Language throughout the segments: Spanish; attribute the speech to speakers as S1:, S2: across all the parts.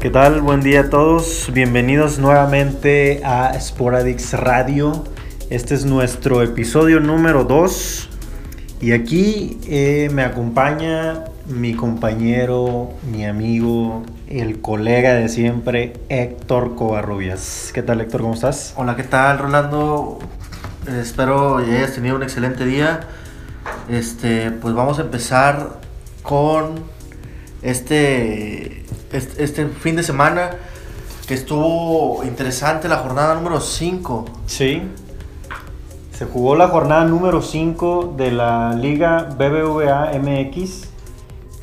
S1: ¿Qué tal? Buen día a todos. Bienvenidos nuevamente a Sporadix Radio. Este es nuestro episodio número 2. Y aquí eh, me acompaña mi compañero, mi amigo, el colega de siempre, Héctor Covarrubias. ¿Qué tal, Héctor? ¿Cómo estás?
S2: Hola, ¿qué tal, Rolando? Eh, Espero hayas tenido un excelente día. Este, pues vamos a empezar con este, este, este fin de semana que estuvo interesante la jornada número 5.
S1: Sí. Se jugó la jornada número 5 de la Liga BBVA MX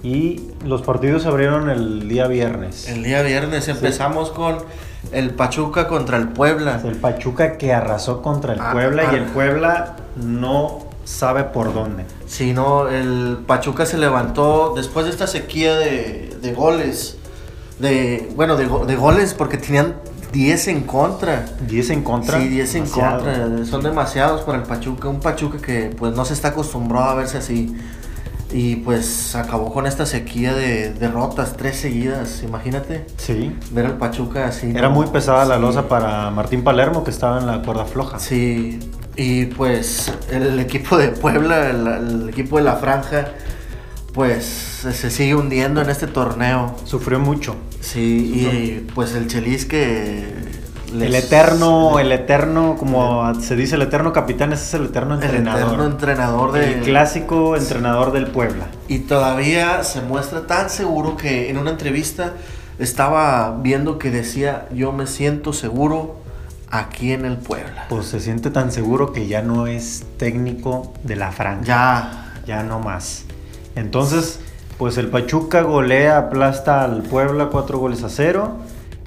S1: y los partidos se abrieron el día viernes.
S2: El día viernes empezamos con el Pachuca contra el Puebla.
S1: El Pachuca que arrasó contra el
S2: Ah,
S1: Puebla y
S2: ah.
S1: el Puebla no sabe por dónde.
S2: Si no, el Pachuca se levantó después de esta sequía de, de goles. De, bueno, de, go- de goles porque tenían 10 en contra.
S1: 10 en contra.
S2: Sí, 10 en
S1: demasiado.
S2: contra. Son demasiados para el Pachuca. Un Pachuca que pues no se está acostumbrado a verse así. Y pues acabó con esta sequía de derrotas, tres seguidas. Imagínate
S1: Sí.
S2: ver al Pachuca así.
S1: Era
S2: ¿no?
S1: muy pesada la
S2: Sí.
S1: losa para Martín Palermo que estaba en la cuerda floja.
S2: Sí, y pues el equipo de Puebla, el, el equipo de la franja, pues se sigue hundiendo en este torneo.
S1: Sufrió mucho.
S2: Sí, y pues el Chelis que... les-
S1: El eterno, el eterno, como se dice, el eterno capitán, ese es el eterno
S2: el eterno
S1: entrenador.
S2: entrenador de...
S1: El clásico entrenador del Puebla.
S2: Y todavía se muestra tan seguro que en una entrevista estaba viendo que decía, yo me siento seguro aquí en el Puebla.
S1: Pues se siente tan seguro que ya no es técnico de la franja.
S2: Ya,
S1: ya no más. Entonces, pues el Pachuca golea, aplasta al Puebla cuatro goles a cero.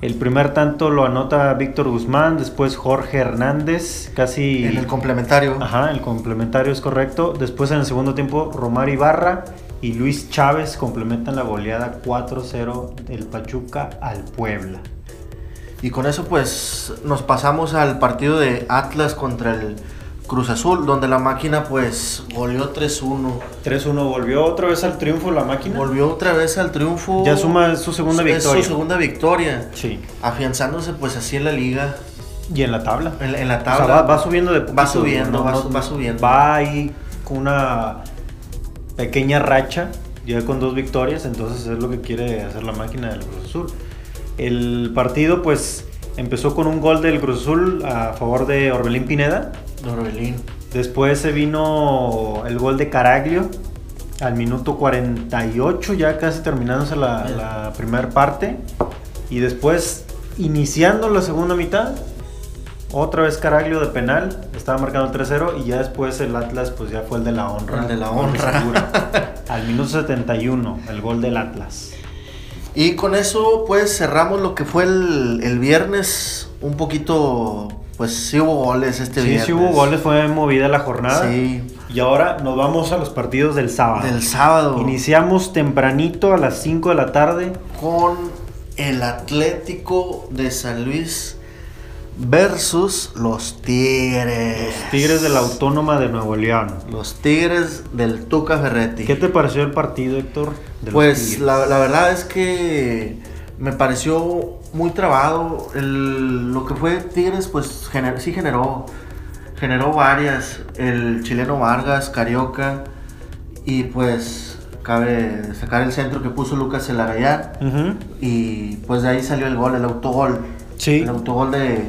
S1: El primer tanto lo anota Víctor Guzmán, después Jorge Hernández, casi...
S2: en el complementario.
S1: Ajá, el complementario es correcto. Después en el segundo tiempo, Romar Ibarra y Luis Chávez complementan la goleada 4-0 del Pachuca al Puebla.
S2: Y con eso pues nos pasamos al partido de Atlas contra el Cruz Azul, donde la máquina pues goleó 3-1.
S1: 3-1 volvió otra vez al triunfo la máquina.
S2: Volvió otra vez al triunfo.
S1: Ya suma su segunda
S2: Es
S1: victoria.
S2: Su segunda victoria.
S1: Sí.
S2: Afianzándose pues así en la liga,
S1: Y en la tabla.
S2: en, en la
S1: O sea, va,
S2: tabla.
S1: va subiendo de poquito,
S2: Va subiendo,
S1: ¿no?
S2: va,
S1: No-
S2: su- va subiendo.
S1: Va ahí con una pequeña racha, ya con dos victorias, entonces es lo que quiere hacer la máquina del Cruz Azul. El partido pues empezó con un gol del Cruz Azul a favor de Orbelín Pineda,
S2: Norbelín.
S1: después se vino el gol de Caraglio al minuto 48, ya casi terminándose la, la primera parte, y después iniciando la segunda mitad, otra vez Caraglio de penal, estaba marcando el 3-0 y ya después el Atlas pues ya fue el de la honra.
S2: El de la honra.
S1: Segura. Al minuto 71, el gol del Atlas.
S2: Y con eso pues cerramos lo que fue el, el viernes. Un poquito, pues sí hubo goles este
S1: Sí,
S2: viernes.
S1: sí hubo goles, fue movida la jornada.
S2: Sí,
S1: Y ahora nos vamos a los partidos del sábado.
S2: del sábado.
S1: Iniciamos tempranito a las 5 de la tarde.
S2: con el Atlético de San Luis versus los Tigres.
S1: Los Tigres de la Autónoma de Nuevo León.
S2: Los Tigres del Tuca Ferretti.
S1: ¿Qué te pareció el partido, Héctor? de los
S2: Pues
S1: Tigres?
S2: la, la verdad es que me pareció muy trabado. El- lo que fue Tigres, pues gener- sí generó. Generó varias. El chileno Vargas, Carioca. Y pues cabe sacar el centro que puso Lucas Elarayán.
S1: Ujú.
S2: Y pues de ahí salió el gol, el autogol.
S1: Sí.
S2: El autogol de,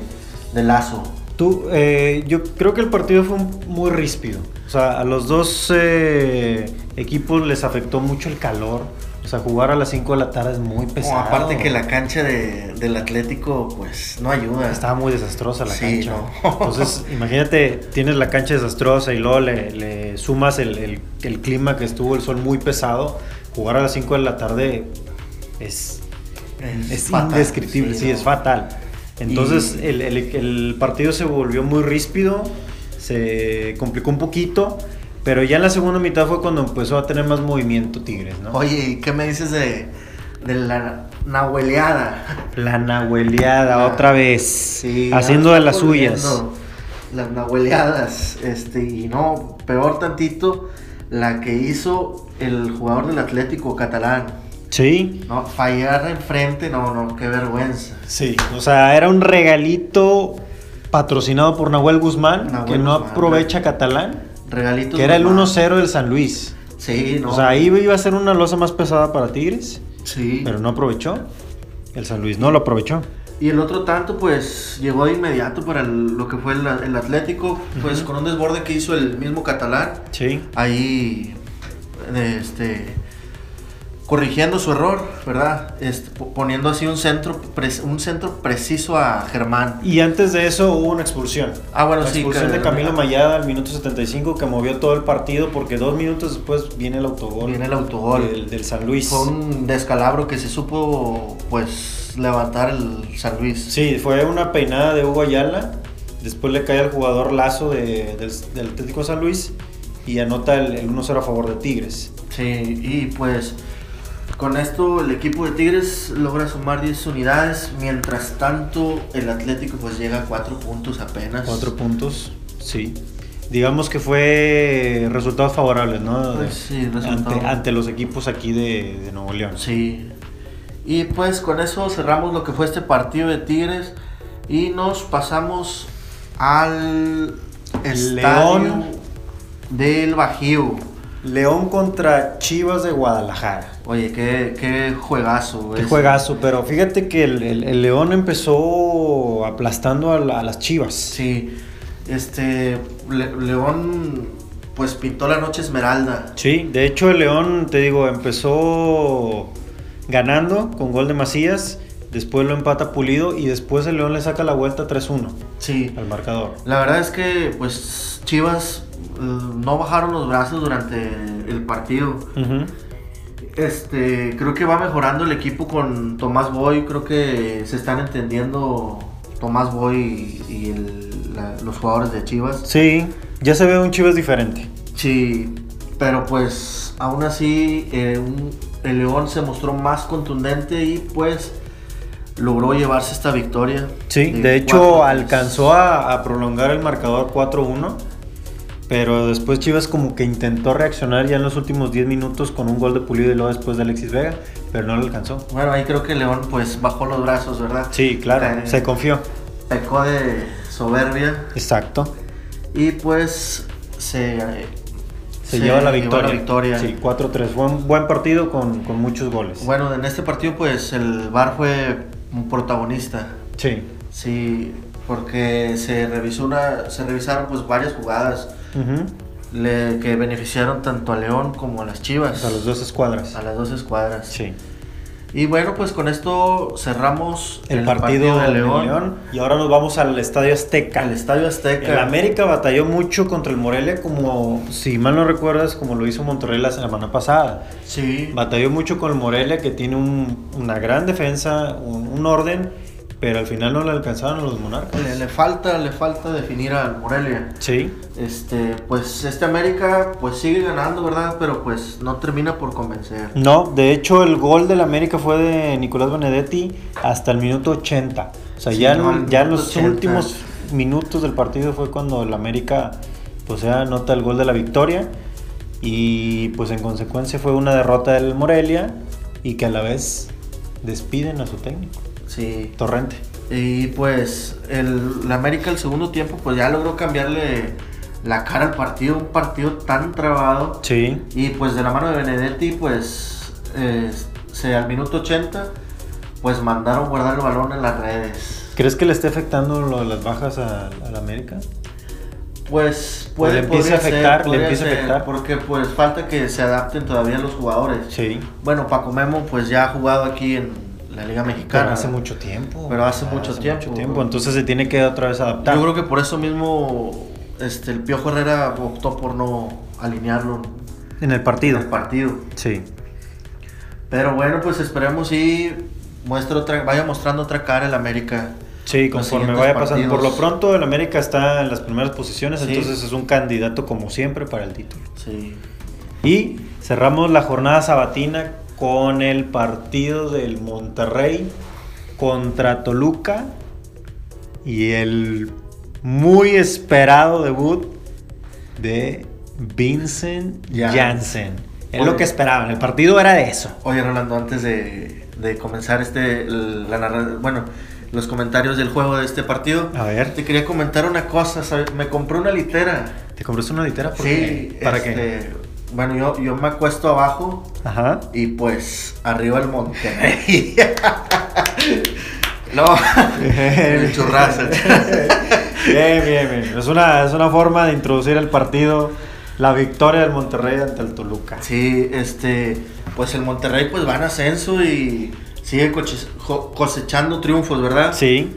S2: de Lazo.
S1: Tú, eh, yo creo que el partido fue un- muy ríspido. O sea, a los dos eh, equipos les afectó mucho el calor. O sea, jugar a las 5 de la tarde es muy pesado.
S2: Pues, aparte que la cancha de- del Atlético, pues no ayuda.
S1: Estaba muy desastrosa la
S2: Sí,
S1: cancha.
S2: no.
S1: Entonces, imagínate, tienes la cancha desastrosa y luego le, le sumas el, el- el clima que estuvo, el sol muy pesado. Jugar a las 5 de la tarde es, es
S2: fatal.
S1: indescriptible, sí,
S2: no.
S1: es fatal. Entonces,
S2: Y-
S1: el, el- el partido se volvió muy ríspido, se complicó un poquito, pero ya en la segunda mitad fue cuando empezó a tener más movimiento Tigres, ¿no?
S2: Oye, ¿y qué me dices de, de la nahueleada?
S1: La nahueleada otra vez,
S2: Sí,
S1: haciendo
S2: ya
S1: de las
S2: estamos
S1: suyas.
S2: viendo Las nahueleadas, este, y no, peor tantito, la que hizo el jugador del Atlético catalán.
S1: Sí,
S2: No, fallar enfrente, no, no, qué vergüenza.
S1: sí. O sea, era un regalito patrocinado por Nahuel Guzmán,
S2: Nahuel
S1: que no
S2: Guzmán,
S1: aprovecha catalán,
S2: Regalitos.
S1: que era el
S2: nomás.
S1: 1-0 del San Luis.
S2: Sí, no.
S1: O sea, ahí iba a ser una losa más pesada para Tigres,
S2: Sí.
S1: pero no aprovechó. El San Luis no lo aprovechó.
S2: Y el otro tanto, pues llegó de inmediato para el- lo que fue el, el Atlético, pues con un desborde que hizo el mismo catalán.
S1: Sí.
S2: ahí este corrigiendo su error, ¿verdad? Este, po- poniendo así un centro pre- un centro preciso a Germán.
S1: Y antes de eso hubo una expulsión.
S2: Ah, bueno,
S1: la
S2: sí,
S1: expulsión
S2: que-
S1: de Camilo Mayada al minuto 75 que movió todo el partido porque dos minutos después viene el autogol.
S2: Viene el autogol.
S1: Del, del San Luis.
S2: Fue un descalabro que se supo pues levantar el San Luis.
S1: Sí, fue una peinada de Hugo Ayala. Después le cae al jugador Lazo de- del, del Atlético San Luis y anota el, el 1-0 a favor de Tigres.
S2: Sí, y pues con esto el equipo de Tigres logra sumar 10 unidades, mientras tanto el Atlético pues llega a 4 puntos apenas.
S1: Cuatro puntos, sí. Digamos que fue resultados favorables, ¿no?
S2: Pues sí, resultado.
S1: ante, ante los equipos aquí de, de Nuevo León.
S2: Sí. Y pues con eso cerramos lo que fue este partido de Tigres y nos pasamos al estadio
S1: León.
S2: del Bajío.
S1: León contra Chivas de Guadalajara.
S2: Oye, qué, qué juegazo.
S1: Qué
S2: ese.
S1: juegazo, pero fíjate que el, el- el León empezó aplastando a, la- a las Chivas.
S2: Sí. Este Le- León pues pintó la noche esmeralda.
S1: Sí, de hecho el León, te digo, empezó ganando con gol de Macías, después lo empata Pulido y después el León le saca la vuelta 3-1
S2: Sí.
S1: al marcador.
S2: La verdad es que pues Chivas eh, no bajaron los brazos durante el partido.
S1: Ujú.
S2: Este, creo que va mejorando el equipo con Tomás Boy, creo que se están entendiendo Tomás Boy y, y el- la- los jugadores de Chivas.
S1: Sí, ya se ve un Chivas diferente.
S2: Sí, pero pues aún así eh, un- el León se mostró más contundente y pues logró llevarse esta victoria.
S1: Sí, de,
S2: cuatro
S1: hecho
S2: goles.
S1: alcanzó a, a prolongar el marcador 4-1, pero después Chivas como que intentó reaccionar ya en los últimos 10 minutos con un gol de Pulido y luego después de Alexis Vega, pero no lo alcanzó.
S2: Bueno, ahí creo que León pues bajó los brazos, ¿verdad?
S1: Sí, claro,
S2: Eh,
S1: se confió.
S2: Pecó de soberbia.
S1: Exacto.
S2: Y pues se, eh,
S1: Se lleva la victoria.
S2: victoria.
S1: Sí, 4-3. Fue un buen partido con, con muchos goles.
S2: Bueno, en este partido pues el VAR fue un protagonista.
S1: Sí.
S2: Sí, porque se revisó una se revisaron pues varias jugadas
S1: Ujú.
S2: le- que beneficiaron tanto a León como a las
S1: O
S2: Chivas.
S1: sea, las dos escuadras.
S2: a las dos escuadras.
S1: Sí.
S2: Y bueno, pues con esto cerramos
S1: El, partido, de León. Y ahora nos vamos al Estadio Azteca.
S2: Al Estadio Azteca.
S1: El América batalló mucho contra el Morelia, como si mal no recuerdas, como lo hizo Monterrey la semana pasada.
S2: Sí.
S1: Batalló mucho con el Morelia, que tiene un- una gran defensa, un, un orden, pero al final no le alcanzaron a los monarcas.
S2: Le, le falta, le falta definir al Morelia.
S1: Sí.
S2: Este, pues este América pues sigue ganando, ¿verdad? Pero pues no termina por convencer.
S1: No, de hecho el gol del América fue de Nicolás Benedetti hasta el minuto 80. O sea,
S2: Sí,
S1: ya,
S2: no,
S1: en,
S2: al
S1: ya en
S2: minuto
S1: los
S2: 80.
S1: últimos minutos del partido fue cuando el América pues ya anota el gol de la victoria y pues en consecuencia fue una derrota del Morelia y que a la vez despiden a su técnico,
S2: Sí.
S1: Torrente.
S2: Y pues el, la América el segundo tiempo pues ya logró cambiarle la cara al partido, un partido tan trabado.
S1: Sí.
S2: Y pues de la mano de Benedetti pues eh, se, al minuto 80 pues mandaron guardar el balón en las redes.
S1: ¿Crees que le esté afectando lo de las bajas a- al América?
S2: Pues puede
S1: le empieza
S2: podría
S1: a afectar, le
S2: podría
S1: empieza a
S2: ser,
S1: afectar.
S2: porque pues falta que se adapten todavía los jugadores.
S1: Sí.
S2: Bueno, Paco Memo pues ya ha jugado aquí en la Liga Mexicana.
S1: Pero hace mucho tiempo.
S2: Pero hace mucho tiempo.
S1: Entonces se tiene que otra vez adaptar.
S2: Yo creo que por eso mismo este, el Piojo Herrera optó por no alinearlo
S1: En el
S2: en
S1: partido.
S2: el partido.
S1: Sí.
S2: Pero bueno, pues esperemos y muestra otra, vaya mostrando otra cara el América.
S1: Sí,
S2: los
S1: conforme
S2: siguientes
S1: vaya pasando. Por
S2: partidos.
S1: lo pronto, el América está en las primeras posiciones,
S2: Sí.
S1: entonces es un candidato como siempre para el título.
S2: Sí.
S1: Y cerramos la jornada sabatina con el partido del Monterrey contra Toluca y el muy esperado debut de Vincent
S2: Ya.
S1: Janssen, Es lo que esperaban. El partido era de eso.
S2: Oye, Rolando, antes de, de comenzar este, el- la narra- bueno, los comentarios del juego de este partido,
S1: A ver.
S2: te quería comentar una cosa. ¿sabes? Me compré una litera.
S1: ¿Te compraste una litera? ¿Por
S2: Sí,
S1: qué? ¿Para
S2: este,
S1: qué?
S2: Bueno, yo, yo me acuesto abajo
S1: Ajá.
S2: y pues arriba el Monterrey. no, el churrazo. el churrazo.
S1: Bien, bien, bien. Es una, es una forma de introducir el partido, la victoria del Monterrey ante el Toluca.
S2: Sí, este, pues el Monterrey pues va en ascenso y sigue coche- jo- cosechando triunfos, ¿verdad?
S1: Sí.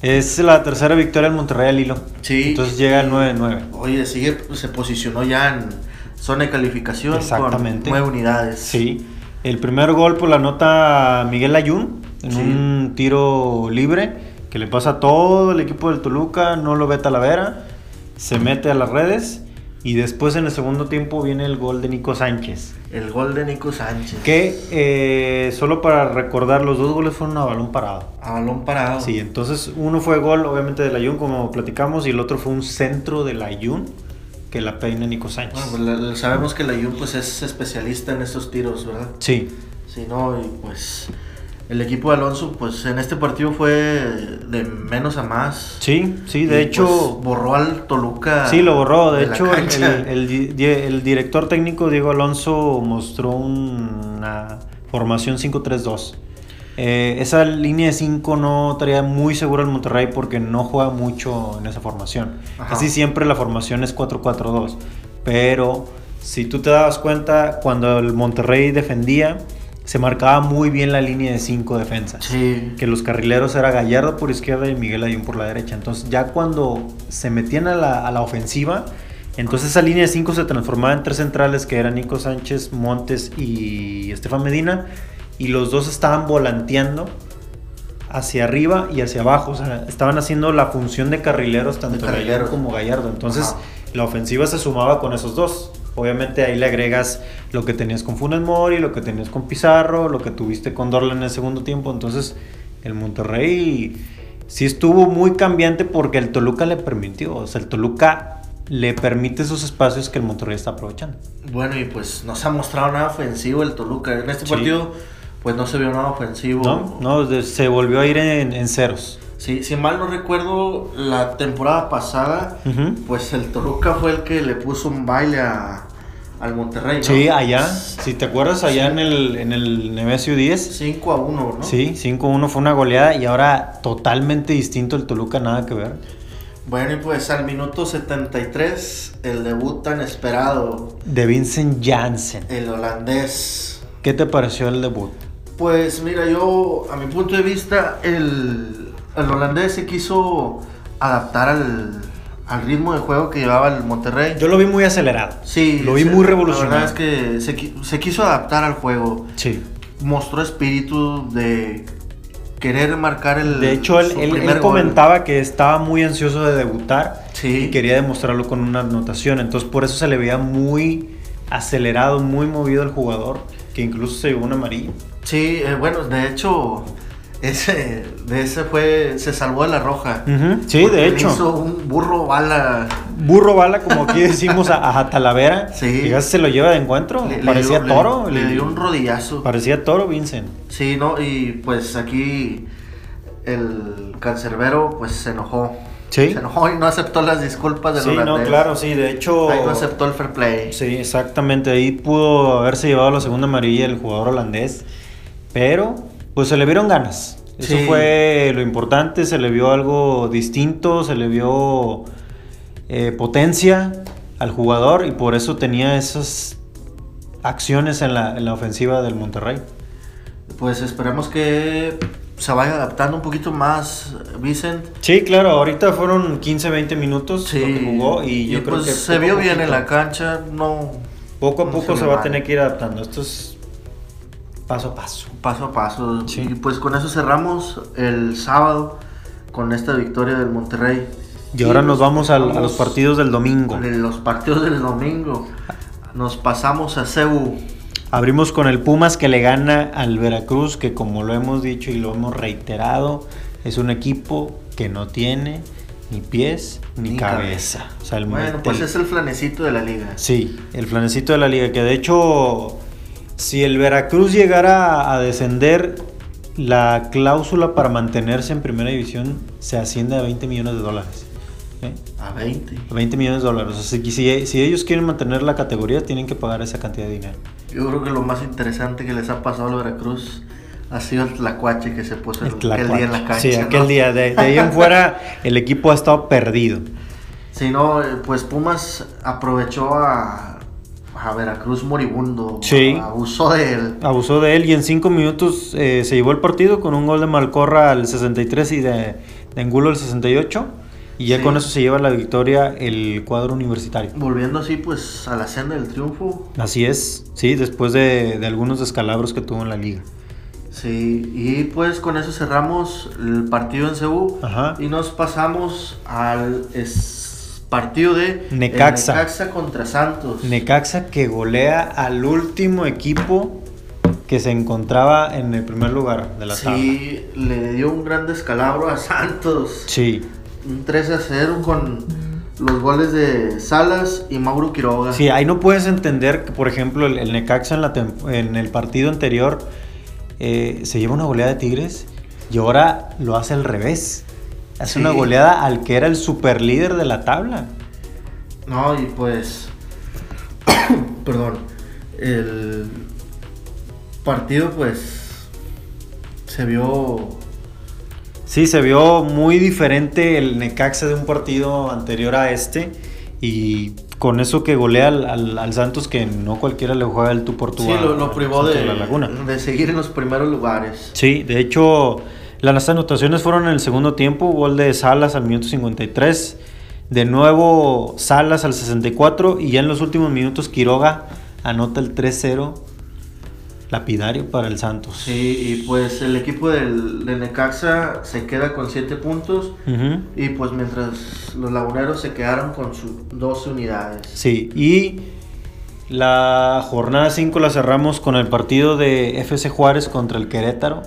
S1: Es la tercera victoria del Monterrey al hilo.
S2: Sí.
S1: Entonces llega el 9-9.
S2: Oye, sigue, se posicionó ya en zona de calificación
S1: Exactamente.
S2: con nueve unidades.
S1: Sí. El primer gol por la anota Miguel Ayun en
S2: Sí.
S1: un tiro libre que le pasa a todo el equipo del Toluca, no lo ve Talavera, se mete a las redes y después en el segundo tiempo viene el gol de Nico Sánchez.
S2: El gol de Nico Sánchez.
S1: Que eh, solo para recordar, los dos goles fueron a balón parado.
S2: A balón parado.
S1: Sí, entonces uno fue gol obviamente del Ayun como platicamos y el otro fue un centro del Ayun que la peina Nico Sánchez.
S2: Bueno, pues la- la- sabemos que la Jun pues es especialista en estos tiros, ¿verdad?
S1: Sí,
S2: Sí, no, y pues el equipo de Alonso pues en este partido fue de menos a más.
S1: sí, sí,
S2: Y,
S1: de
S2: pues,
S1: hecho...
S2: borró al Toluca.
S1: Sí, lo borró. De
S2: la
S1: hecho, el,
S2: cancha.
S1: el- el di- el director técnico Diego Alonso mostró una formación 5-3-2. Eh, esa línea de 5 no estaría muy segura el Monterrey porque no juega mucho en esa formación.
S2: Ajá.
S1: Casi siempre la formación es 4-4-2. Pero si tú te dabas cuenta, cuando el Monterrey defendía, se marcaba muy bien la línea de 5 defensas
S2: Sí.
S1: que los carrileros era Gallardo por izquierda y Miguel Ayun por la derecha. Entonces ya cuando se metían a la, a la ofensiva, entonces esa línea de 5 se transformaba en tres centrales que eran Nico Sánchez, Montes y Estefan Medina. Y los dos estaban volanteando hacia arriba y hacia abajo. O sea, estaban haciendo la función de carrileros tanto Ayun
S2: carrileros.
S1: como Gallardo. Entonces
S2: Ajá.
S1: la ofensiva se sumaba con esos dos. Obviamente ahí le agregas lo que tenías con Funes Mori, lo que tenías con Pizarro, lo que tuviste con Dorlan en el segundo tiempo. Entonces el Monterrey sí estuvo muy cambiante porque el Toluca le permitió. O sea, el Toluca le permite esos espacios que el Monterrey está aprovechando.
S2: Bueno, y pues no se ha mostrado nada ofensivo el Toluca. En este
S1: Sí.
S2: partido pues no se vio nada ofensivo.
S1: ¿No? No, de- se volvió a ir en, en ceros.
S2: Sí, si mal no recuerdo, la temporada pasada,
S1: Ujú.
S2: pues el Toluca fue el que le puso un baile a- al Monterrey. ¿no?
S1: Sí, allá. Si te acuerdas, allá en el, en el Nemesio 10.
S2: 5 a 1, ¿no?
S1: Sí, 5-1 fue una goleada y ahora totalmente distinto el Toluca, nada que ver.
S2: Bueno, y pues al minuto 73, el debut tan esperado,
S1: De Vincent Janssen.
S2: el holandés.
S1: ¿Qué te pareció el debut?
S2: Pues mira, yo, a mi punto de vista, el, el holandés se quiso adaptar al, al ritmo de juego que llevaba el Monterrey.
S1: Yo lo vi muy acelerado.
S2: sí,
S1: Lo vi
S2: se-
S1: muy revolucionado.
S2: La verdad es que se, qui- se quiso adaptar al juego.
S1: Sí.
S2: mostró espíritu de querer marcar el.
S1: De hecho, él,
S2: su
S1: él- él
S2: primer gol.
S1: comentaba que estaba muy ansioso de debutar
S2: Sí.
S1: y quería demostrarlo con una anotación. Entonces, por eso se le veía muy acelerado, muy movido el jugador, que incluso se llevó un amarillo.
S2: Sí, eh, bueno, de hecho, ese, de ese fue. Se salvó de la roja.
S1: Mm, Sí,
S2: Porque
S1: de
S2: le
S1: hecho.
S2: Hizo un burro bala.
S1: Burro bala, como aquí decimos a, a Talavera.
S2: Sí.
S1: Fíjate, se lo lleva de encuentro.
S2: le- le
S1: parecía
S2: dio-
S1: toro.
S2: Le,
S1: le-
S2: le dio un rodillazo.
S1: Parecía toro, Vincent.
S2: Sí, ¿no? Y pues aquí. El cancerbero, pues se enojó.
S1: Sí.
S2: Se enojó y no aceptó las disculpas del
S1: Sí, no,
S2: holandés.
S1: claro, sí. De hecho.
S2: Ahí no aceptó el fair play.
S1: Sí, exactamente. Ahí pudo haberse llevado la segunda amarilla el jugador holandés. Pero, pues se le vieron ganas. Eso
S2: Sí.
S1: fue lo importante. Se le vio algo distinto. Se le vio eh, potencia al jugador. Y por eso tenía esas acciones en la, en la ofensiva del Monterrey.
S2: Pues esperemos que se vaya adaptando un poquito más Vicent.
S1: Sí, claro. Ahorita fueron 15, 20 minutos lo que jugó. Y yo creo
S2: pues
S1: que.
S2: se
S1: poco a
S2: vio bien en
S1: poquito-
S2: la cancha, no
S1: Poco a
S2: no
S1: poco
S2: ve
S1: se va a
S2: mal.
S1: tener que ir adaptando. Esto es paso a paso.
S2: paso a paso.
S1: Sí.
S2: Y pues con eso cerramos el sábado con esta victoria del Monterrey.
S1: Y ahora nos vamos al- a los partidos del domingo.
S2: de los partidos del domingo. Nos pasamos a Cebu.
S1: Abrimos con el Pumas que le gana al Veracruz, que como lo hemos dicho y lo hemos reiterado, es un equipo que no tiene ni pies, ni,
S2: Ni
S1: cabeza.
S2: cabeza.
S1: O sea, el
S2: Bueno,
S1: el-
S2: pues es el flanecito de la liga.
S1: Sí, el flanecito de la liga, que de hecho, si el Veracruz llegara a- a descender, la cláusula para mantenerse en primera división se asciende a 20 millones de dólares. ¿eh?
S2: A 20.
S1: A 20 millones de dólares. O sea, si, si- si ellos quieren mantener la categoría, tienen que pagar esa cantidad de dinero.
S2: Yo creo que lo más interesante que les ha pasado al Veracruz ha sido el tlacuache que se puso el- aquel día en la cancha.
S1: sí,
S2: ¿no?
S1: aquel día. De, de ahí en fuera, el equipo ha estado perdido.
S2: Si no, eh, pues Pumas aprovechó a, a Veracruz moribundo.
S1: Sí.
S2: Abusó de él.
S1: Abusó de él y en 5 minutos eh, se llevó el partido con un gol de Malcorra al 63 y de, de Angulo al 68. Y ya
S2: Sí.
S1: con eso se lleva la victoria el cuadro universitario.
S2: Volviendo así, pues a la senda del triunfo.
S1: Así es, sí, después de, de algunos descalabros que tuvo en la liga.
S2: Sí, y pues con eso cerramos el partido en Ceú
S1: Ajá.
S2: y nos pasamos al es- partido de el
S1: Necaxa.
S2: Necaxa contra Santos.
S1: Necaxa que golea al último equipo que se encontraba en el primer lugar de la tabla.
S2: sí, le dio un gran descalabro a Santos.
S1: Sí,
S2: Un 3 a 0 con los goles de Salas y Mauro Quiroga.
S1: Sí, ahí no puedes entender que, por ejemplo, el, el Necaxa en, la tem- en el partido anterior eh, se lleva una goleada de Tigres y ahora lo hace al revés. Hace
S2: Sí.
S1: una goleada al que era el superlíder de la tabla.
S2: No, y pues. perdón. El partido, pues. Se vio.
S1: Sí, se vio muy diferente el Necaxa de un partido anterior a este y con eso que golea al, al- al Santos que no cualquiera le juega el tú por tú
S2: Sí,
S1: a-
S2: lo, lo
S1: al
S2: privó
S1: Santos
S2: de,
S1: la Laguna.
S2: de seguir en los primeros lugares.
S1: Sí, de hecho, las anotaciones fueron en el segundo tiempo, gol de Salas al minuto 53, de nuevo Salas al 64 y ya en los últimos minutos Quiroga anota el 3-0 lapidario para el Santos.
S2: Sí, y pues el equipo del, de Necaxa se queda con 7 puntos.
S1: Ujú.
S2: Y pues mientras los laguneros se quedaron con sus 12 unidades.
S1: Sí, y la jornada 5 la cerramos con el partido de FC Juárez contra el Querétaro.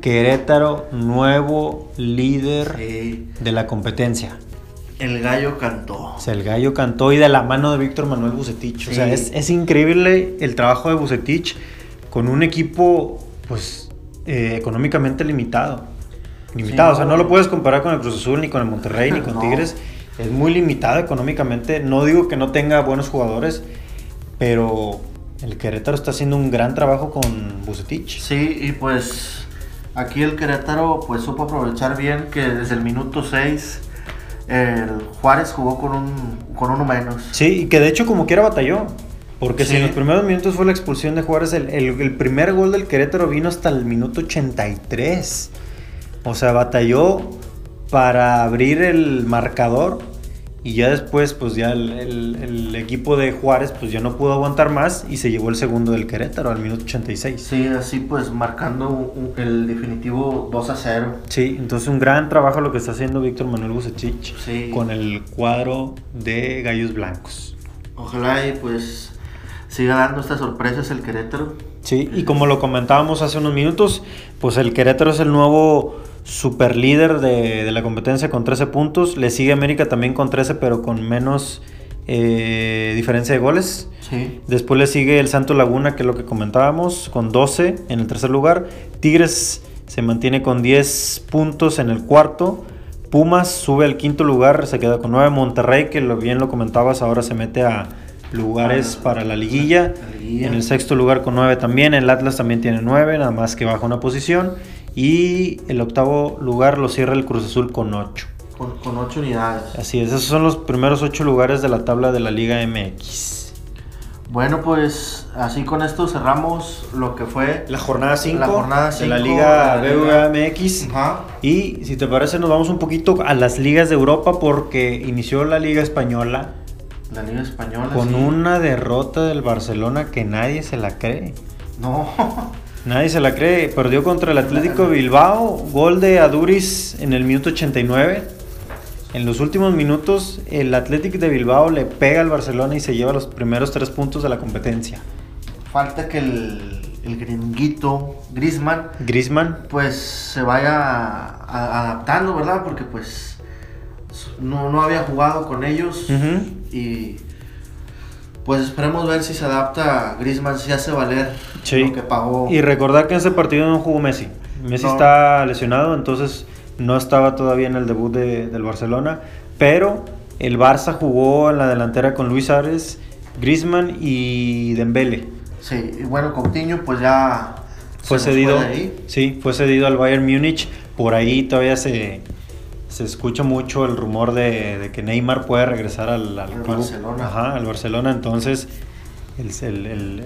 S1: Querétaro, nuevo líder
S2: Sí,
S1: de la competencia.
S2: el gallo cantó.
S1: O sea, el gallo cantó y de la mano de Víctor Manuel Bucetich. O sea,
S2: Sí.
S1: es, es increíble el trabajo de Bucetich con un equipo, pues, eh, económicamente limitado. Limitado,
S2: Sí,
S1: o sea,
S2: no.
S1: no lo puedes comparar con el Cruz Azul, ni con el Monterrey, ni con
S2: No.
S1: Tigres. Es muy limitado económicamente. No digo que no tenga buenos jugadores, pero el Querétaro está haciendo un gran trabajo con Bucetich.
S2: Sí, y pues aquí el Querétaro pues supo aprovechar bien que desde el minuto 6 el Juárez jugó con, un, con uno menos.
S1: Sí, y que de hecho como quiera batalló. Porque si
S2: Sí.
S1: en los primeros minutos fue la expulsión de Juárez, el, el- el primer gol del Querétaro vino hasta el minuto 83. O sea, batalló para abrir el marcador. Y ya después, pues ya el, el- el equipo de Juárez, pues ya no pudo aguantar más y se llevó el segundo del Querétaro al minuto 86.
S2: Sí, así pues marcando un- el definitivo 2 a 0.
S1: Sí, entonces un gran trabajo lo que está haciendo Víctor Manuel Bucetich
S2: Sí.
S1: con el cuadro de Gallos Blancos.
S2: Ojalá y pues siga dando estas sorpresas el Querétaro.
S1: Sí, y como lo comentábamos hace unos minutos, pues el Querétaro es el nuevo superlíder de, de la competencia con 13 puntos. Le sigue América también con 13, pero con menos eh, diferencia de goles.
S2: Sí.
S1: Después le sigue el Santo Laguna, que es lo que comentábamos, con 12 en el tercer lugar. Tigres se mantiene con 10 puntos en el cuarto. Pumas sube al quinto lugar, se queda con 9. Monterrey, que lo bien lo comentabas, ahora se mete a lugares
S2: Ah,
S1: para la liguilla.
S2: la liguilla.
S1: En el sexto lugar con 9 también. El Atlas también tiene 9, nada más que baja una posición. Y el octavo lugar lo cierra el Cruz Azul con 8.
S2: Con, con 8 unidades.
S1: Así es, esos son los primeros 8 lugares de la tabla de la Liga MX.
S2: Bueno, pues así con esto cerramos lo que fue
S1: La jornada 5
S2: La jornada
S1: de la
S2: cinco
S1: Liga
S2: de la
S1: BBMX.
S2: Ajá.
S1: Y si te parece, nos vamos un poquito a las ligas de Europa porque inició la Liga Española
S2: la Liga Española.
S1: con
S2: sí.
S1: una derrota del Barcelona que nadie se la cree.
S2: No.
S1: Nadie se la cree. Perdió contra el Atlético de Bilbao. Gol de Aduriz en el minuto 89. En los últimos minutos, el Atlético de Bilbao le pega al Barcelona y se lleva los primeros tres puntos de la competencia.
S2: Falta que el, el gringuito Grisman
S1: Griezmann
S2: pues se vaya a- adaptando, ¿verdad? Porque pues no, no había jugado con ellos
S1: Ujú.
S2: y pues esperemos ver si se adapta Griezmann, si hace valer
S1: Sí.
S2: lo que pagó.
S1: Y recordar que en ese partido no jugó Messi. Messi
S2: No.
S1: está lesionado, entonces no estaba todavía en el debut de- del Barcelona. Pero el Barça jugó en la delantera con Luis Ares, Griezmann y Dembele.
S2: Sí, y bueno, Coutinho pues ya
S1: Fue
S2: se nos
S1: cedido,
S2: de ahí.
S1: sí, fue cedido al Bayern Múnich. Por ahí todavía se, se escucha mucho el rumor de, de que Neymar puede regresar al, al
S2: Al
S1: club.
S2: Barcelona.
S1: Ajá, al Barcelona. Entonces, el, el- el-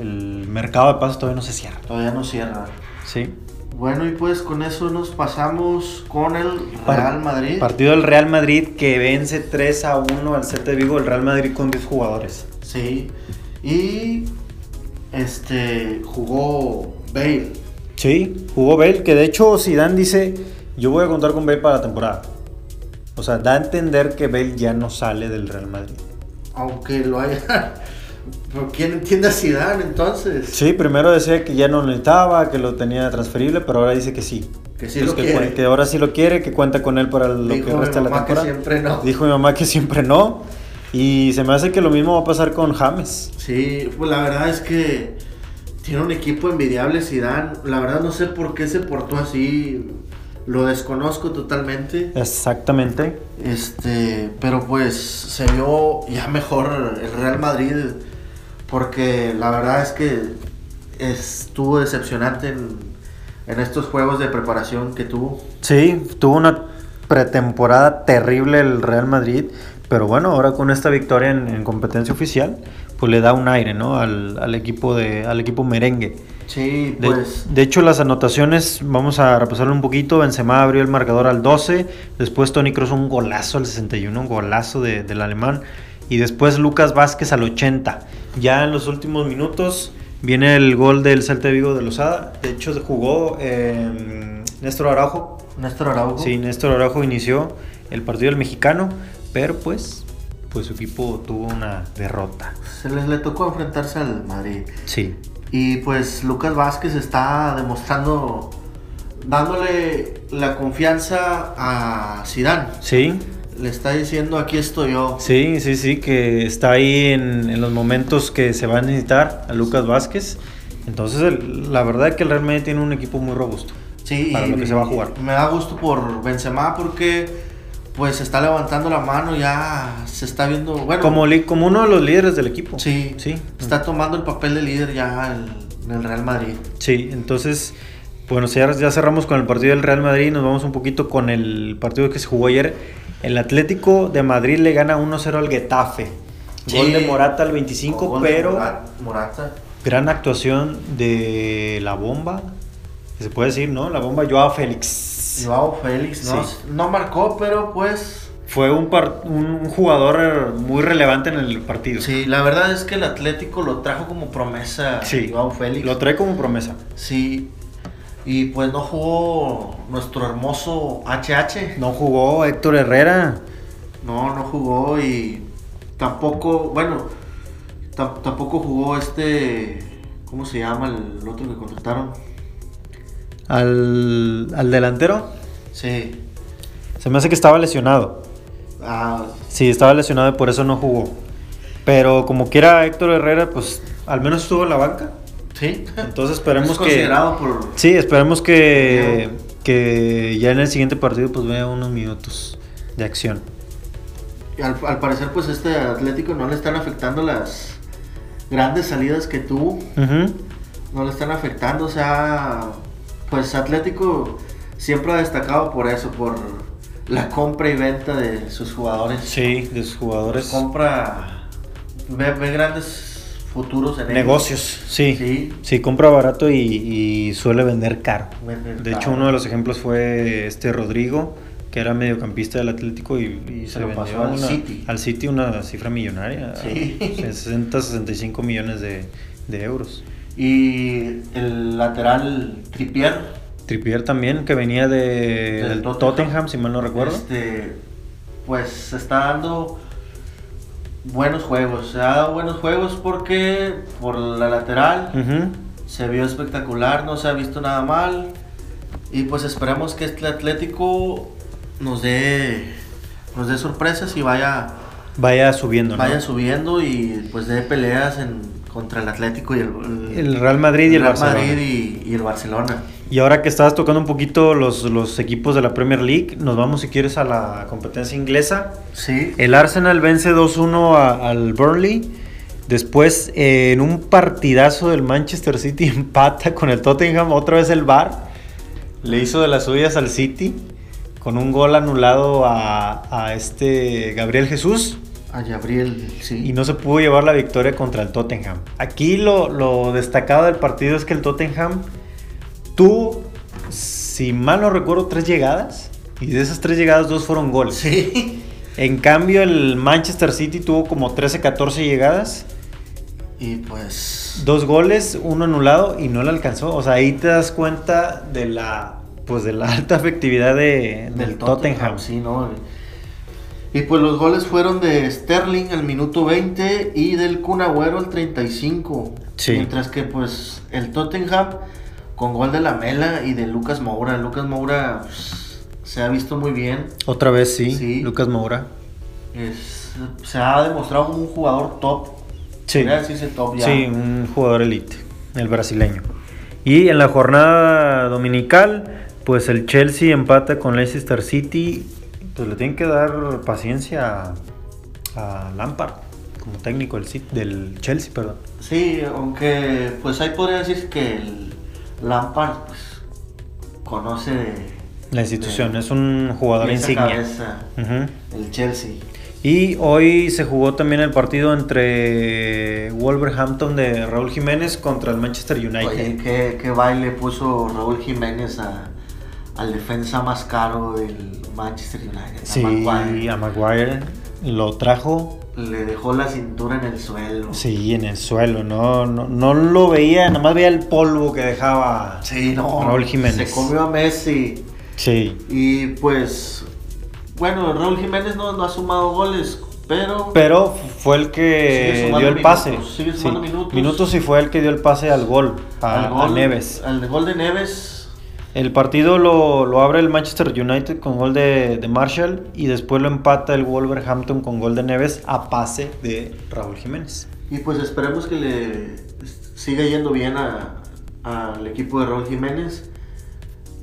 S1: el mercado de pasos todavía no se cierra.
S2: Todavía no cierra.
S1: Sí.
S2: Bueno, y pues con eso nos pasamos con el
S1: Par-
S2: Real Madrid.
S1: Partido del Real Madrid que vence 3 a 1 al set de Vigo, el Real Madrid con 10 jugadores.
S2: Sí. Y este jugó Bale.
S1: Sí, jugó Bale, que de hecho Zidane dice, yo voy a contar con Bale para la temporada. O sea, da a entender que Bale ya no sale del Real Madrid.
S2: Aunque lo haya. ¿Pero quién entiende a Zidane entonces?
S1: Sí, primero decía que ya no lo necesitaba, que lo tenía transferible, pero ahora dice que sí.
S2: Que sí
S1: Pues
S2: lo quiere.
S1: cuen- que ahora sí lo quiere, que cuenta con él para lo
S2: Dijo
S1: que
S2: mi
S1: resta de la
S2: mamá que
S1: temporada.
S2: siempre no.
S1: Dijo mi mamá que siempre no. Y se me hace que lo mismo va a pasar con James.
S2: Sí, pues la verdad es que tiene un equipo envidiable Zidane. La verdad no sé por qué se portó así. Lo desconozco totalmente.
S1: Exactamente.
S2: Este, pero pues se vio ya mejor el Real Madrid porque la verdad es que estuvo decepcionante en, en estos juegos de preparación que tuvo.
S1: Sí, tuvo una pretemporada terrible el Real Madrid, pero bueno, ahora con esta victoria en, en competencia oficial, pues le da un aire, ¿no? Al, al equipo de, al equipo merengue.
S2: Sí,
S1: De,
S2: pues
S1: de hecho, las anotaciones, vamos a repasarlo un poquito. Benzema abrió el marcador al 12, después Tony Kroos un golazo al 61, un golazo de- del alemán, y después Lucas Vázquez al 80. Ya en los últimos minutos viene el gol del Celta de Vigo de Lozada. De hecho, jugó eh, Néstor Araujo,
S2: Néstor Araujo.
S1: Sí, Néstor Araujo inició el partido del mexicano, pero pues, pues su equipo tuvo una derrota.
S2: Se les le tocó enfrentarse al Madrid.
S1: Sí.
S2: Y pues Lucas Vázquez está demostrando, dándole la confianza a Zidane.
S1: Sí,
S2: Le está diciendo, aquí estoy yo.
S1: sí, sí, sí, que está ahí en, en los momentos que se va a necesitar a Lucas Vázquez. Entonces, el- la verdad es que el Real Madrid tiene un equipo muy robusto.
S2: Sí,
S1: para
S2: y-
S1: lo que se va a jugar.
S2: Me da gusto por Benzema porque pues está levantando la mano, ya se está viendo, bueno,
S1: Como, li- como uno de los líderes del equipo.
S2: sí,
S1: Sí.
S2: está tomando el papel de líder ya en- en el Real Madrid.
S1: Sí, entonces, bueno, ya, ya cerramos con el partido del Real Madrid, nos vamos un poquito con el partido que se jugó ayer. El Atlético de Madrid le gana 1-0 al Getafe.
S2: Sí.
S1: Gol de Morata al 25,
S2: Gol de
S1: pero
S2: Mora- Morata.
S1: gran actuación de la bomba, que se puede decir, ¿no? La bomba Joao Félix.
S2: Joao Félix no,
S1: Sí.
S2: no marcó, pero pues
S1: Fue un, par- un, un jugador muy relevante en el partido.
S2: sí, la verdad es que el Atlético lo trajo como promesa
S1: Sí.
S2: Joao Félix.
S1: Lo trae como promesa.
S2: sí. Y pues no jugó nuestro hermoso HH.
S1: No jugó Héctor Herrera.
S2: No, no jugó y tampoco, bueno, tam- tampoco jugó este, ¿cómo se llama el otro que contrataron?
S1: Al, al delantero
S2: Sí.
S1: se me hace que estaba lesionado.
S2: Ah,
S1: Sí, estaba lesionado y por eso no jugó. Pero como quiera Héctor Herrera, pues al menos estuvo en la banca.
S2: sí.
S1: Entonces esperemos
S2: Es
S1: que-
S2: considerado por...
S1: Sí, esperemos que, que ya en el siguiente partido pues vea unos minutos de acción.
S2: Al, al parecer pues este Atlético no le están afectando las grandes salidas que tuvo,
S1: Ujú.
S2: no le están afectando, o sea, pues Atlético siempre ha destacado por eso, por la compra y venta de sus jugadores.
S1: Sí, de sus
S2: Pues
S1: jugadores.
S2: compra, ve, ve grandes futuros en ellos.
S1: Negocios, sí.
S2: Sí.
S1: sí. compra barato y, y suele vender caro.
S2: Vender
S1: De
S2: caro.
S1: hecho, uno de los ejemplos fue este Rodrigo, que era mediocampista del Atlético y, y
S2: Se
S1: se
S2: lo
S1: le vendió
S2: pasó al
S1: una-
S2: City.
S1: al City una cifra millonaria.
S2: Sí.
S1: 60, 65 millones de, de euros.
S2: Y el lateral Tripier,
S1: Tripier también, que venía de,
S2: Del
S1: del
S2: Tottenham.
S1: Tottenham. si mal no recuerdo.
S2: este, pues se está dando buenos juegos. Se ha dado buenos juegos porque por la lateral
S1: Ujú.
S2: se vio espectacular, no se ha visto nada mal. Y pues esperemos que este Atlético nos dé nos dé sorpresas y vaya,
S1: Vaya subiendo, ¿no?
S2: vaya subiendo y pues dé peleas en, contra el Atlético y el,
S1: El Real Madrid y el
S2: Real
S1: Barcelona.
S2: Madrid y, y el Barcelona.
S1: Y ahora que estabas tocando un poquito los, los equipos de la Premier League, nos vamos si quieres a la competencia inglesa.
S2: Sí,
S1: El Arsenal vence 2-1 a- al Burnley. Después, eh, en un partidazo del Manchester City, empata con el Tottenham. Otra vez el VAR le hizo de las suyas al City con un gol anulado a, a este Gabriel Jesús
S2: a Gabriel, sí.
S1: y no se pudo llevar la victoria contra el Tottenham. Aquí lo, lo destacado del partido es que el Tottenham tuvo, si mal no recuerdo, tres llegadas y de esas tres llegadas, dos fueron goles.
S2: Sí.
S1: En cambio, el Manchester City tuvo como 13, 14 llegadas,
S2: Y pues...
S1: dos goles, uno anulado y no le alcanzó. O sea, ahí te das cuenta de la, pues, de la alta efectividad de, del, Tottenham.
S2: Sí, no. Y pues los goles fueron de Sterling al minuto 20 y del Kun Agüero al 35.
S1: Sí.
S2: Mientras que pues el Tottenham con gol de la Mela y de Lucas Moura. Lucas Moura pues, se ha visto muy bien.
S1: Otra vez sí,
S2: Sí.
S1: Lucas Moura.
S2: Es- se ha demostrado como un jugador top.
S1: Sí.
S2: Podría decirse top ya.
S1: Sí, un jugador elite, el brasileño. Y en la jornada dominical, pues el Chelsea empata con Leicester City. Pues le tienen que dar paciencia a, a Lampard como técnico del, Cit- del Chelsea, perdón.
S2: Sí, aunque pues ahí podría decir que el Lampard pues, conoce de-
S1: La institución es un jugador
S2: de esa
S1: insignia.
S2: cabeza,
S1: Ujú.
S2: el Chelsea.
S1: Y hoy se jugó también el partido entre Wolverhampton de Raúl Jiménez contra el Manchester United.
S2: Oye, ¿qué, qué baile puso Raúl Jiménez a- al defensa más caro del Manchester United. a
S1: sí,
S2: Maguire.
S1: a Maguire lo trajo
S2: Le dejó la cintura en el suelo.
S1: Sí, en el suelo, no, no, no lo veía, nada más veía el polvo que dejaba.
S2: Sí, no.
S1: Raúl Jiménez.
S2: Se comió a Messi.
S1: Sí.
S2: Y pues, bueno, Raúl Jiménez no, no ha sumado goles, pero...
S1: Pero fue el que
S2: Sigue sumando
S1: dio el
S2: minutos,
S1: pase.
S2: sigue sumando minutos.
S1: y fue el que dio el pase al gol, a,
S2: al gol-
S1: a Neves.
S2: Al gol de Neves.
S1: El partido lo, lo abre el Manchester United con gol de, de Marshall y después lo empata el Wolverhampton con gol de Neves a pase de Raúl Jiménez.
S2: Y pues esperemos que le siga yendo bien a- al equipo de Raúl Jiménez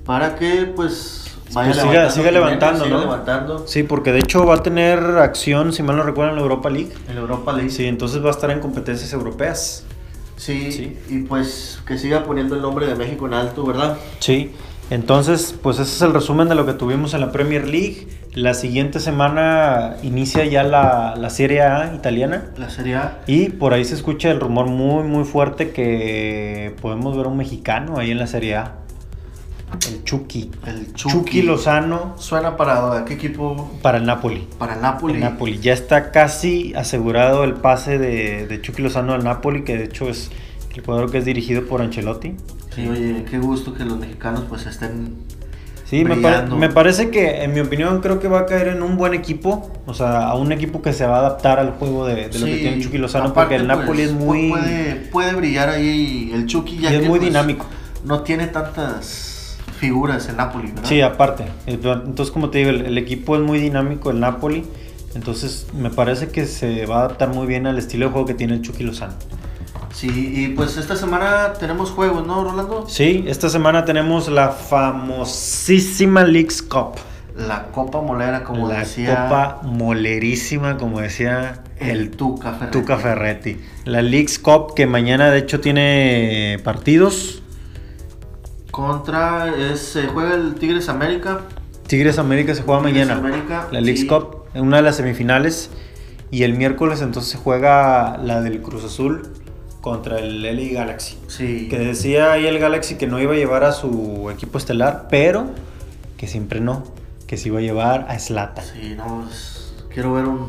S2: para que pues vaya
S1: Pues siga- siga
S2: levantando, Jiménez,
S1: levantando,
S2: siga
S1: ¿no?
S2: levantando
S1: Sí, porque de hecho va a tener acción, si mal no recuerdo, en la Europa League.
S2: en Europa League.
S1: Sí, entonces va a estar en competencias europeas.
S2: Sí,
S1: Sí.
S2: y pues que siga poniendo el nombre de México en alto, ¿verdad?
S1: Sí, entonces, pues ese es el resumen de lo que tuvimos en la Premier League. La siguiente semana inicia ya la, la Serie A italiana.
S2: La Serie A.
S1: Y por ahí se escucha el rumor muy, muy fuerte que podemos ver a un mexicano ahí en la Serie A. El Chucky.
S2: El Chucky.
S1: Chucky, Lozano
S2: Suena para qué equipo?
S1: para el Napoli.
S2: Para el
S1: El
S2: Napoli.
S1: Napoli. Ya está casi asegurado el pase de, de Chucky Lozano al Napoli, que de hecho es el jugador que es dirigido por Ancelotti.
S2: Sí, oye, qué gusto que los mexicanos pues estén
S1: Sí, me, pare-
S2: brillando.
S1: me parece que, en mi opinión, creo que va a caer en un buen equipo. O sea, a un equipo que se va a adaptar al juego de, de lo que
S2: Sí,
S1: tiene Chucky Lozano, porque
S2: aparte,
S1: el
S2: pues,
S1: Napoli es muy,
S2: Puede, puede brillar ahí el Chucky,
S1: y
S2: ya
S1: es
S2: que,
S1: muy
S2: pues,
S1: dinámico.
S2: No tiene tantas figuras el Napoli, ¿verdad?
S1: Sí, aparte. Entonces, como te digo, el, el equipo es muy dinámico, el Napoli. Entonces, me parece que se va a adaptar muy bien al estilo de juego que tiene el Chucky Lozano.
S2: Sí, y pues esta semana tenemos juegos, ¿no, Rolando?
S1: Sí, esta semana tenemos la famosísima Leagues Cup.
S2: La Copa Molera, como
S1: la
S2: decía
S1: copa molerísima, como decía
S2: el Tuca Ferretti.
S1: Tuca Ferretti. La Leagues Cup que mañana de hecho tiene partidos.
S2: Contra, es, se juega el Tigres América.
S1: Tigres América se juega
S2: Tigres
S1: mañana.
S2: América,
S1: la Leagues
S2: sí.
S1: Cup, en una de las semifinales. Y el miércoles entonces se juega la del Cruz Azul contra el LA Galaxy.
S2: Sí.
S1: Que decía ahí el Galaxy que no iba a llevar a su equipo estelar, pero que siempre no, que se iba a llevar a Slata.
S2: Sí, no, es- quiero ver un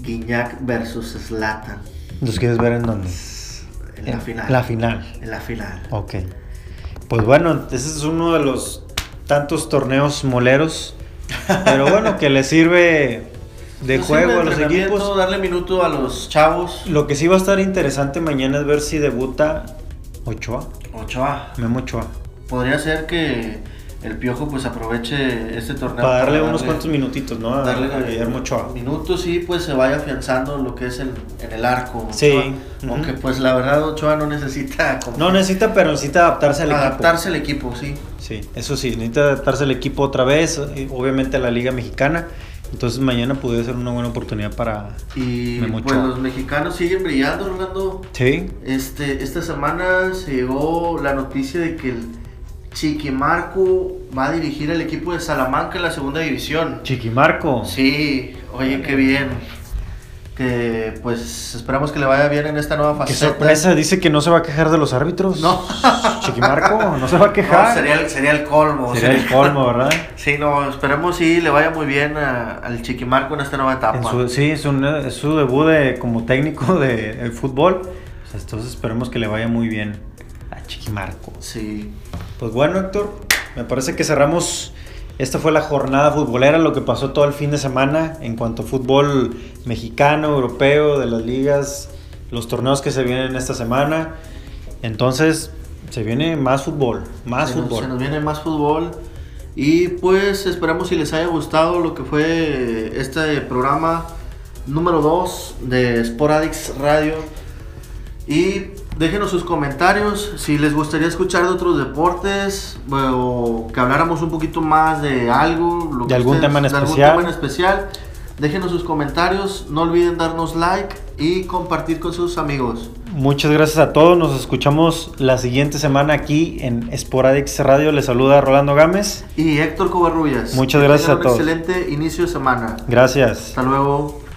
S2: Guiñac versus Slatan
S1: ¿Los quieres ver en dónde?
S2: en, la final.
S1: La final.
S2: En la final.
S1: Ok. Pues bueno, ese es uno de los tantos torneos moleros. Pero bueno, que le sirve de juego
S2: Pues siempre
S1: a los
S2: entrenamiento,
S1: equipos.
S2: Darle minuto a los chavos.
S1: Lo que sí va a estar interesante mañana es ver si debuta Ochoa,
S2: Ochoa.
S1: Memo Ochoa.
S2: Podría ser que el Piojo pues aproveche este torneo.
S1: Para darle unos cuantos minutitos, ¿no? A,
S2: darle
S1: a Guillermo Ochoa.
S2: Minutos y pues se vaya afianzando lo que es el, en el arco. Ochoa.
S1: Sí,
S2: Aunque
S1: ujú.
S2: pues la verdad Ochoa no necesita como
S1: No necesita, pero necesita adaptarse al equipo.
S2: adaptarse al equipo, sí.
S1: Sí, eso sí, necesita adaptarse al equipo otra vez, eh, obviamente a la Liga Mexicana. Entonces mañana puede ser una buena oportunidad para...
S2: Y
S1: Memo
S2: pues
S1: Ochoa.
S2: los mexicanos siguen brillando, Orlando.
S1: Sí,
S2: Este, esta semana se llegó la noticia de que el Chiquimarco va a dirigir el equipo de Salamanca en la segunda división.
S1: Chiquimarco.
S2: Sí, oye, qué bien. Que pues esperamos que le vaya bien en esta nueva
S1: Qué
S2: faceta.
S1: sorpresa, dice que no se va a quejar de los árbitros.
S2: No.
S1: Chiquimarco, no se va a
S2: No,
S1: quejar.
S2: sería, el, sería el colmo.
S1: Sería el colmo, ¿verdad?
S2: Sí, no, esperemos sí le vaya muy bien a- al Chiquimarco en esta nueva etapa.
S1: En su- sí, es, un- es su debut de- como técnico de, de fútbol. Pues, entonces esperemos que le vaya muy bien
S2: Ah,
S1: a Chiquimarco.
S2: Sí.
S1: Pues bueno, Héctor, me parece que cerramos. Esta fue la jornada futbolera, lo que pasó todo el fin de semana en cuanto a fútbol mexicano, europeo, de las ligas, los torneos que se vienen esta semana. Entonces, se viene más fútbol, más
S2: se nos-
S1: fútbol.
S2: se nos viene más fútbol. Y pues esperamos si les haya gustado lo que fue este programa número 2 de Sporadix Radio. Y déjenos sus comentarios si les gustaría escuchar de otros deportes o que habláramos un poquito más de algo, lo
S1: De
S2: que
S1: algún tema en
S2: de algún
S1: especial.
S2: tema en especial. Déjenos sus comentarios, no olviden darnos like y compartir con sus amigos.
S1: Muchas gracias a todos. Nos escuchamos la siguiente semana aquí en Sporadix Radio. Les saluda Rolando Gámez.
S2: Y Héctor Covarrubias.
S1: Muchas
S2: que
S1: gracias
S2: tengan
S1: a todos.
S2: Un excelente inicio de semana.
S1: Gracias.
S2: Hasta luego.